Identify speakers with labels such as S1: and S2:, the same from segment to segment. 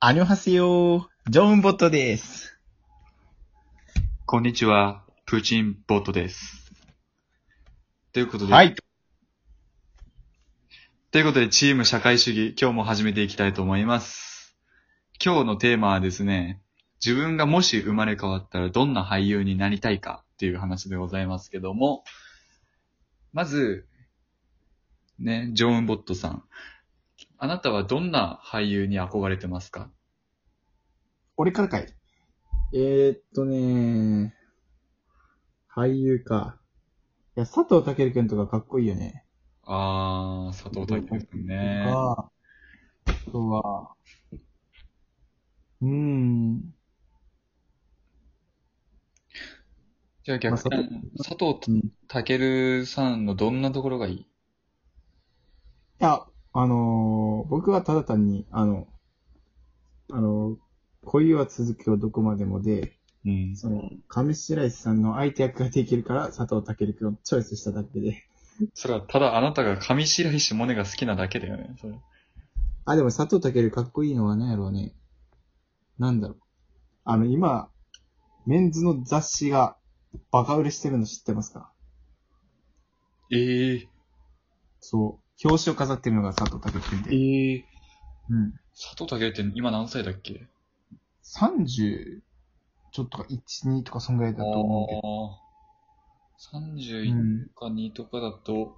S1: アニョハセヨー、ジョンボットです。
S2: こんにちは、プーチンボットです。ということで、
S1: はい。
S2: ということで、チーム社会主義、今日も始めていきたいと思います。今日のテーマはですね、自分がもし生まれ変わったらどんな俳優になりたいかっていう話でございますけども、まず、ね、ジョーン・ボットさん。あなたはどんな俳優に憧れてますか
S1: 俺からかい。えー、っとね俳優か。いや、佐藤健くんとかかっこいいよね。
S2: あー、佐藤大輝くんね。
S1: ああとは、うーん。
S2: じゃあ逆
S1: まあ
S2: に、佐藤
S1: うん。い
S2: 健さんのどんなところがいい
S1: や、あのー僕はただ単に、あの、あの恋は続くよどこまでもで、
S2: うん。
S1: その、上白石さんの相手役ができるから、佐藤健くんをチョイスしただけで。
S2: それはただあなたが上白石萌音が好きなだけだよね。それ
S1: あ、でも佐藤健かっこいいのは何やろうね。なんだろう。あの、今、メンズの雑誌がバカ売れしてるの知ってますか
S2: ええ
S1: そう。表紙を飾ってるのが佐藤健くんで。
S2: ええ
S1: うん。
S2: 佐藤健って今何歳だっけ
S1: 30、ちょっとか1、2とかそんぐらいだと思うけど。
S2: ああ。
S1: う
S2: 31
S1: ん。
S2: か2とかだと、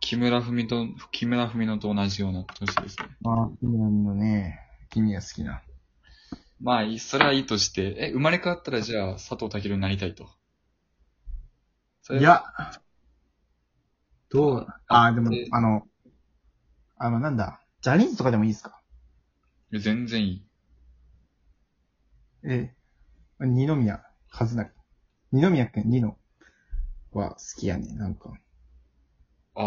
S2: 木村文と、木村文乃と同じような年ですね。
S1: まあ、君なんのね、君が好きな。
S2: まあいい、それはいいとして、え、生まれ変わったらじゃあ佐藤健になりたいと。それ
S1: い、や、どうあ、でも
S2: え、
S1: あの、あの、なんだ、ジャニーズとかでもいいですか
S2: 全然いい。
S1: ええ。二宮和也。二宮くん、二のは好きやね、なんか。
S2: ああ。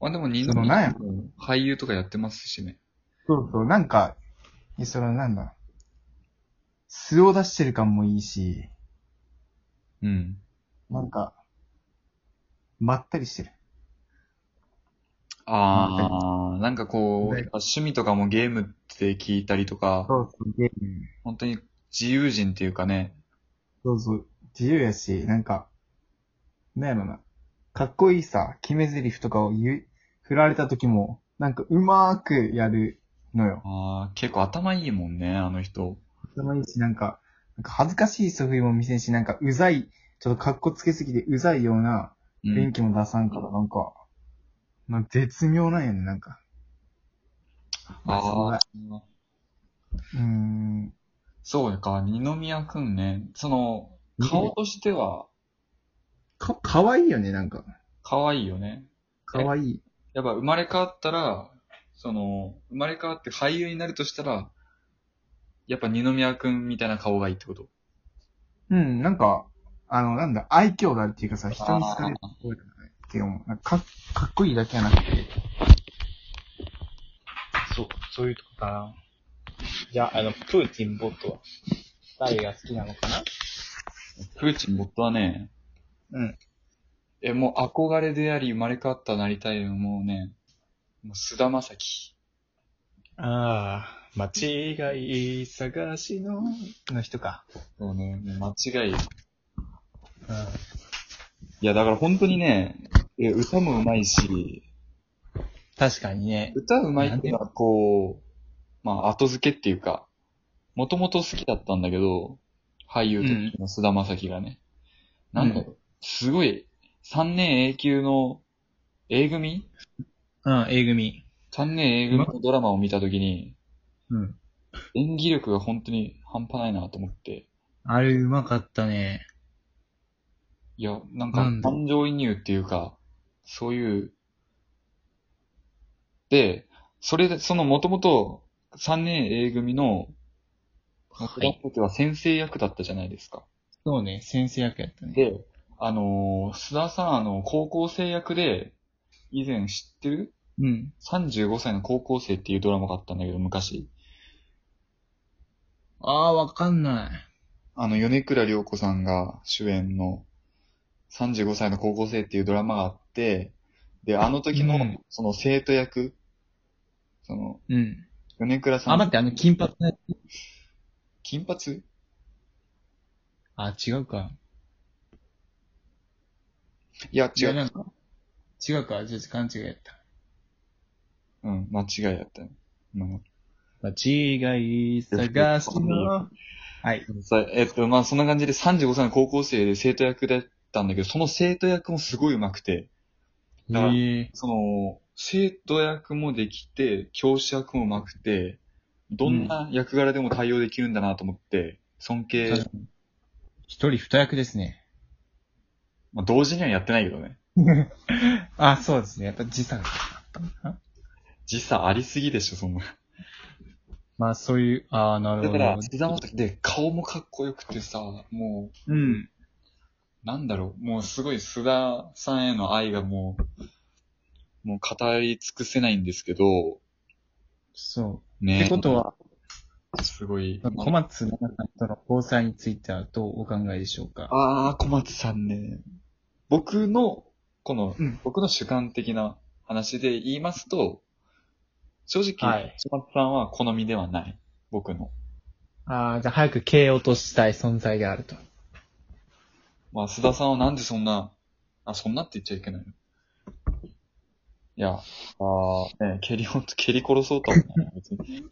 S2: まあでも二
S1: そのなんや
S2: 宮俳優とかやってますしね。
S1: そうそう、なんか、えそのなんだ、素を出してる感もいいし、
S2: うん。
S1: なんか、まったりしてる。
S2: ああ、なんかこう、
S1: ね
S2: やっぱ趣味とかもゲームって聞いたりとか、
S1: そうそう、ゲーム。
S2: 本当に自由人っていうかね、
S1: そうそう、自由やし、なんか、なんやろな、かっこいいさ、決め台詞とかを言う、振られた時も、なんかうまーくやるのよ。
S2: あー結構頭いいもんね、あの人。
S1: 頭いいし、なんか、なんか恥ずかしい素振りも見せんし、なんかうざい、ちょっとかっこつけすぎてうざいような
S2: う
S1: 雰囲
S2: ん。
S1: 気も出さんから、なんか、なんか絶妙なんやね、なんか。
S2: ああ、
S1: うーん。
S2: そうか、二宮くんね。その、顔としては
S1: か、かわいいよね、なんか。
S2: 可愛いよね。
S1: かわいい。
S2: やっぱ生まれ変わったら、その、生まれ変わって俳優になるとしたら、やっぱ二宮くんみたいな顔がいいってこと
S1: うん、なんか、あの、なんだ、愛嬌があるっていうかさ、人に好かれるっていうのも、なんかか、かっこいいだけじゃなくて。
S3: そう、そういうとこかな。
S1: じゃあ、あの、プーチンボットは、誰が好きなのかな
S2: プーチンボットはね、
S1: うん。
S2: え、もう憧れであり、生まれ変わったなりたいのもうね、もう菅田将暉。
S3: ああ、間違い探しの。うん。
S1: の人か。
S2: そうね、もう間違い。いや、だから本当にね、え歌もうまいし、
S3: 確かにね。
S2: 歌うまいっていうのはこう、まあ後付けっていうか、もともと好きだったんだけど、俳優としての菅田将暉がね、なんだろう、すごい、3年 A 級の A 組
S3: うん、A 組。
S2: ?3 年 A 組のドラマを見たときに、
S3: うん。
S2: 演技力が本当に半端ないなと思って。
S3: あれ、うまかったね。
S2: いや、なんか
S3: なん、で
S2: 感情移入っていうか、そういう。で、それで、そのもともと3年 A 組の、
S3: はい
S2: 時は先生役だったじゃないですか。
S3: そうね、先生役やったね。
S2: で、あのー須田さん、あの、高校生役で、以前知ってる
S3: うん。
S2: ?35 歳の高校生っていうドラマがあったんだけど、昔。
S3: ああ、わかんない。
S2: あの、米倉涼子さんが主演の35歳の高校生っていうドラマがあって、で、あの時の
S3: うん、
S2: その生徒役、その、
S3: うん。
S2: 米倉さん。
S1: あ、待って、あの、金髪のやつ。
S2: 金髪
S1: あ、違うか。
S2: いや、
S1: い
S2: 違
S1: や、
S2: う。
S1: なんか。違うか、ちょっと勘違いやった。
S2: うん、間違いやったね。うん
S1: 間違い探しの。はい。
S2: さえっと、まあ、そんな感じで35歳の高校生で生徒役だったんだけど、その生徒役もすごい上手くて、
S1: え
S2: だから
S1: ー、
S2: その、生徒役もできて、教師役も上手くて、どんな役柄でも対応できるんだなと思って、尊敬、
S1: 確かに一人二役ですね。
S2: まあ、同時にはやってないけどね。
S1: あ、そうですね。やっぱ時差があったのかな。
S2: 実際ありすぎでしょ、そんな。
S1: まあ、そういう、ああ、なる
S2: だ
S1: ほ
S2: か
S1: ど。
S2: ら、菅田将暉で顔もかっこよくてさ、もう、
S1: うん。
S2: なんだろう、もうすごい菅田さんへの愛がもう、もう語り尽くせないんですけど、
S1: そ
S2: ね
S1: う。ってことは、
S2: すごい。
S1: 小松菜奈さんとの交際についてはどうお考えでしょうか
S2: ああ、小松さんね。僕の、この、
S1: うん
S2: 僕の主観的な話で言いますと、正直、
S1: はい
S2: 小松さんは好みではない。僕の。
S1: ああ、じゃあ早く経営落としたい存在であると。
S2: まあ、須田さんはなんでそんな、あ、そんなって言っちゃいけないのいや、ああ、ね、蹴りほんと、 蹴り殺そうとは思わない別に。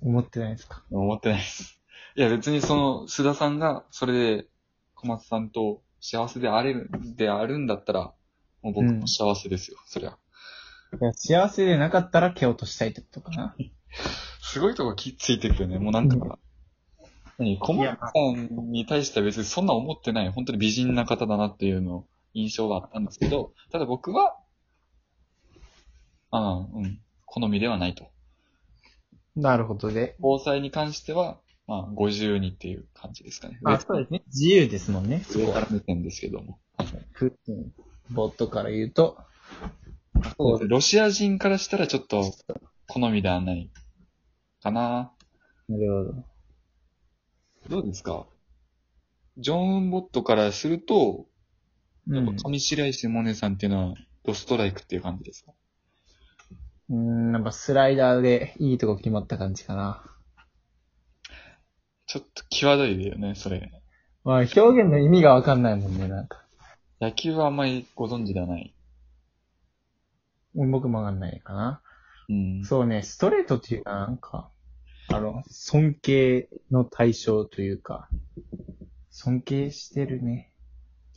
S1: 思ってないですか
S2: 思ってないです。いや、別にその、須田さんが、それで、小松さんと幸せであれる、であるんだったら、もう僕も幸せですよ、そりゃ。
S1: いや幸せでなかったら蹴落としたいってことかな。
S2: すごいとこきついてくるね、もうなんか。何、小松さんに対しては別にそんな思ってない、本当に美人な方だなっていうの、印象があったんですけど、ただ僕は、ああ、うん、好みではないと。
S1: なるほどで。
S2: 交際に関しては、まあ、50にっていう感じですかね。
S1: あ、そうですね。自由ですもんね。そ
S2: 上
S1: こ
S2: か
S1: は
S2: ら。目線ですけども。
S1: プーチン、ボットから言うと、
S2: そうですロシア人からしたらちょっと好みではないかな。
S1: なるほど。
S2: どうですかジョン・ウンボットからすると、
S1: う
S2: やっ
S1: ん
S2: ぱ。上白石萌音さんっていうのはドストライクっていう感じですか
S1: うん、なんかスライダーでいいとこ決まった感じかな。
S2: ちょっと際どいだよね、それ。
S1: まあ、表現の意味がわかんないもんね、なんか。
S2: 野球はあんまりご存知ではない。
S1: 僕もわかんないかな。
S2: うん。
S1: そうね、ストレートっていうか、なんか、あの、尊敬の対象というか、尊敬してるね。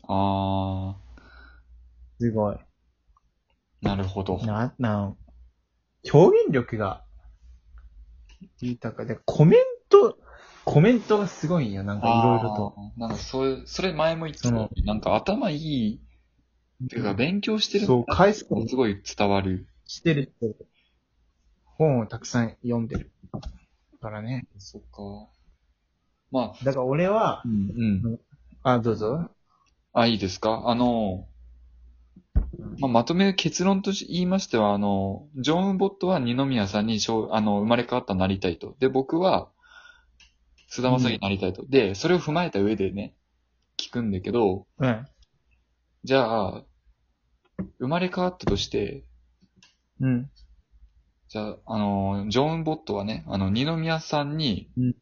S2: あ
S1: すごい。
S2: ー、なるほど。
S1: な、なん、表現力が豊かで、コメント、コメントがすごいよ、なんかいろいろと。
S2: あー。なんかそれ、それ前も言ってたようになんか頭いい、っていうか勉強してる
S1: そう、返すこと
S2: のがすごい伝わる。
S1: してるって。本をたくさん読んでる。からね。
S2: そっか。まあ、
S1: だから俺は、
S2: うん、うん。
S1: あ、どうぞ。
S2: あ、いいですかあの、まあ、まとめ結論とし言いましては、あの、ジョン・ウンボットは二宮さんにしょうあの生まれ変わったなりたいと。で、僕は、菅田将暉になりたいと。で、それを踏まえた上でね、聞くんだけど、
S1: うん。
S2: じゃあ、生まれ変わったとして、
S1: うん。
S2: じゃあ、あの、ジョン・ウンボットはね、あの、二宮さんに
S1: うん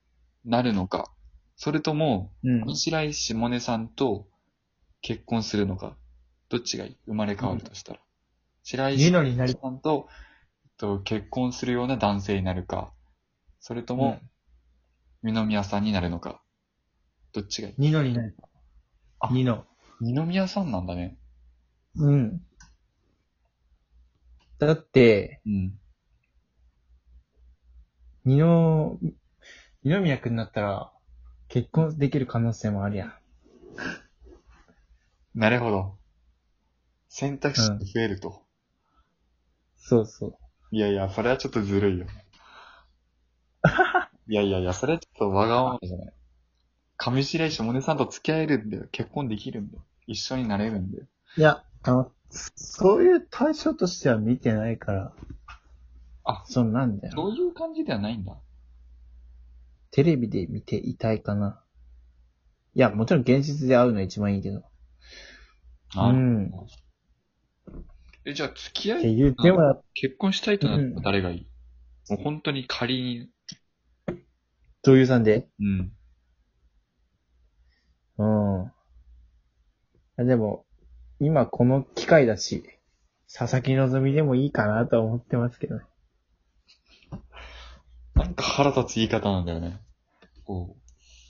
S2: なるのか、それとも、
S1: うん。
S2: 上白石萌音さんと結婚するのか、どっちがいい生まれ変わるとしたら。白石
S1: ニノになり、
S2: さんと,、えっと結婚するような男性になるか、それとも、二宮さんになるのか、どっちがいい
S1: ニノになり。
S2: あ
S1: ニノ。
S2: 二宮さんなんだね。
S1: うん。だって、
S2: うん。
S1: 二の、二宮くんになったら、結婚できる可能性もあるやん。
S2: なるほど。選択肢が増えると。
S1: そうそう。
S2: いやいや、それはちょっとずるい よ。いやいやいや、それはちょっとわがままじゃない。上白石萌音さんと付き合えるんだよ。結婚できるんだよ。一緒になれるんだよ。
S1: いや、あの、そういう対象としては見てないから。
S2: あ
S1: そうなんだ
S2: そ
S1: よ。
S2: ういう感じではないんだ。
S1: テレビで見ていたいかな。いや、もちろん現実で会うの一番いいけど。う
S2: うん
S1: ん。っ
S2: え、じゃあ、付き合
S1: て
S2: い、
S1: いう、でも、
S2: 結婚したいとなったら誰がいい、もう本当に仮に、
S1: 女優さんで
S2: うん。
S1: うん。あでも、今この機会だし、佐々木希でもいいかなとは思ってますけどね。
S2: なんか腹立つ言い方なんだよね。こ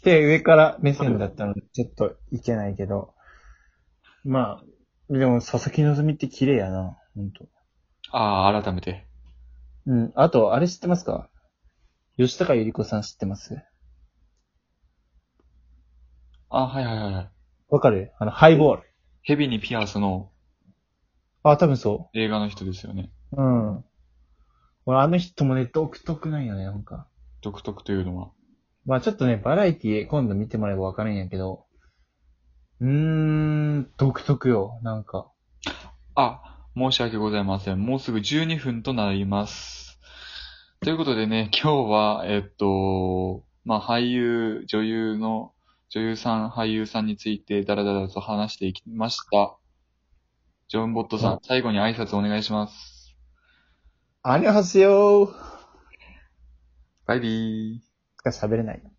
S2: う。
S1: で、上から目線だったので、ちょっといけないけど。まあ、でも佐々木希って綺麗やな、ほんと。
S2: ああ、改めて。
S1: うん。あと、あれ知ってますか吉高由里子さん知ってます
S2: あはいはいはいはい。
S1: わかるあの、ハイボール。
S2: ヘビにピアスの
S1: あ、多分そ
S2: 映画の人ですよね。
S1: う。うん。俺、あの人もね、独特なんよね、なんか。
S2: 独特というのは。
S1: まあちょっとね、バラエティ今度見てもらえばわかるんやけど、うーん、独特よ、なんか。
S2: あ、申し訳ございません。もうすぐ12分となります。ということでね、今日は、えっと、まあ、俳優、女優の、女優さん、俳優さんについてダラダラと話していきました。ジョン・ボットさん、最後に挨拶お願いします。
S1: あれはせよー。
S2: バイビー。
S1: しか喋れない。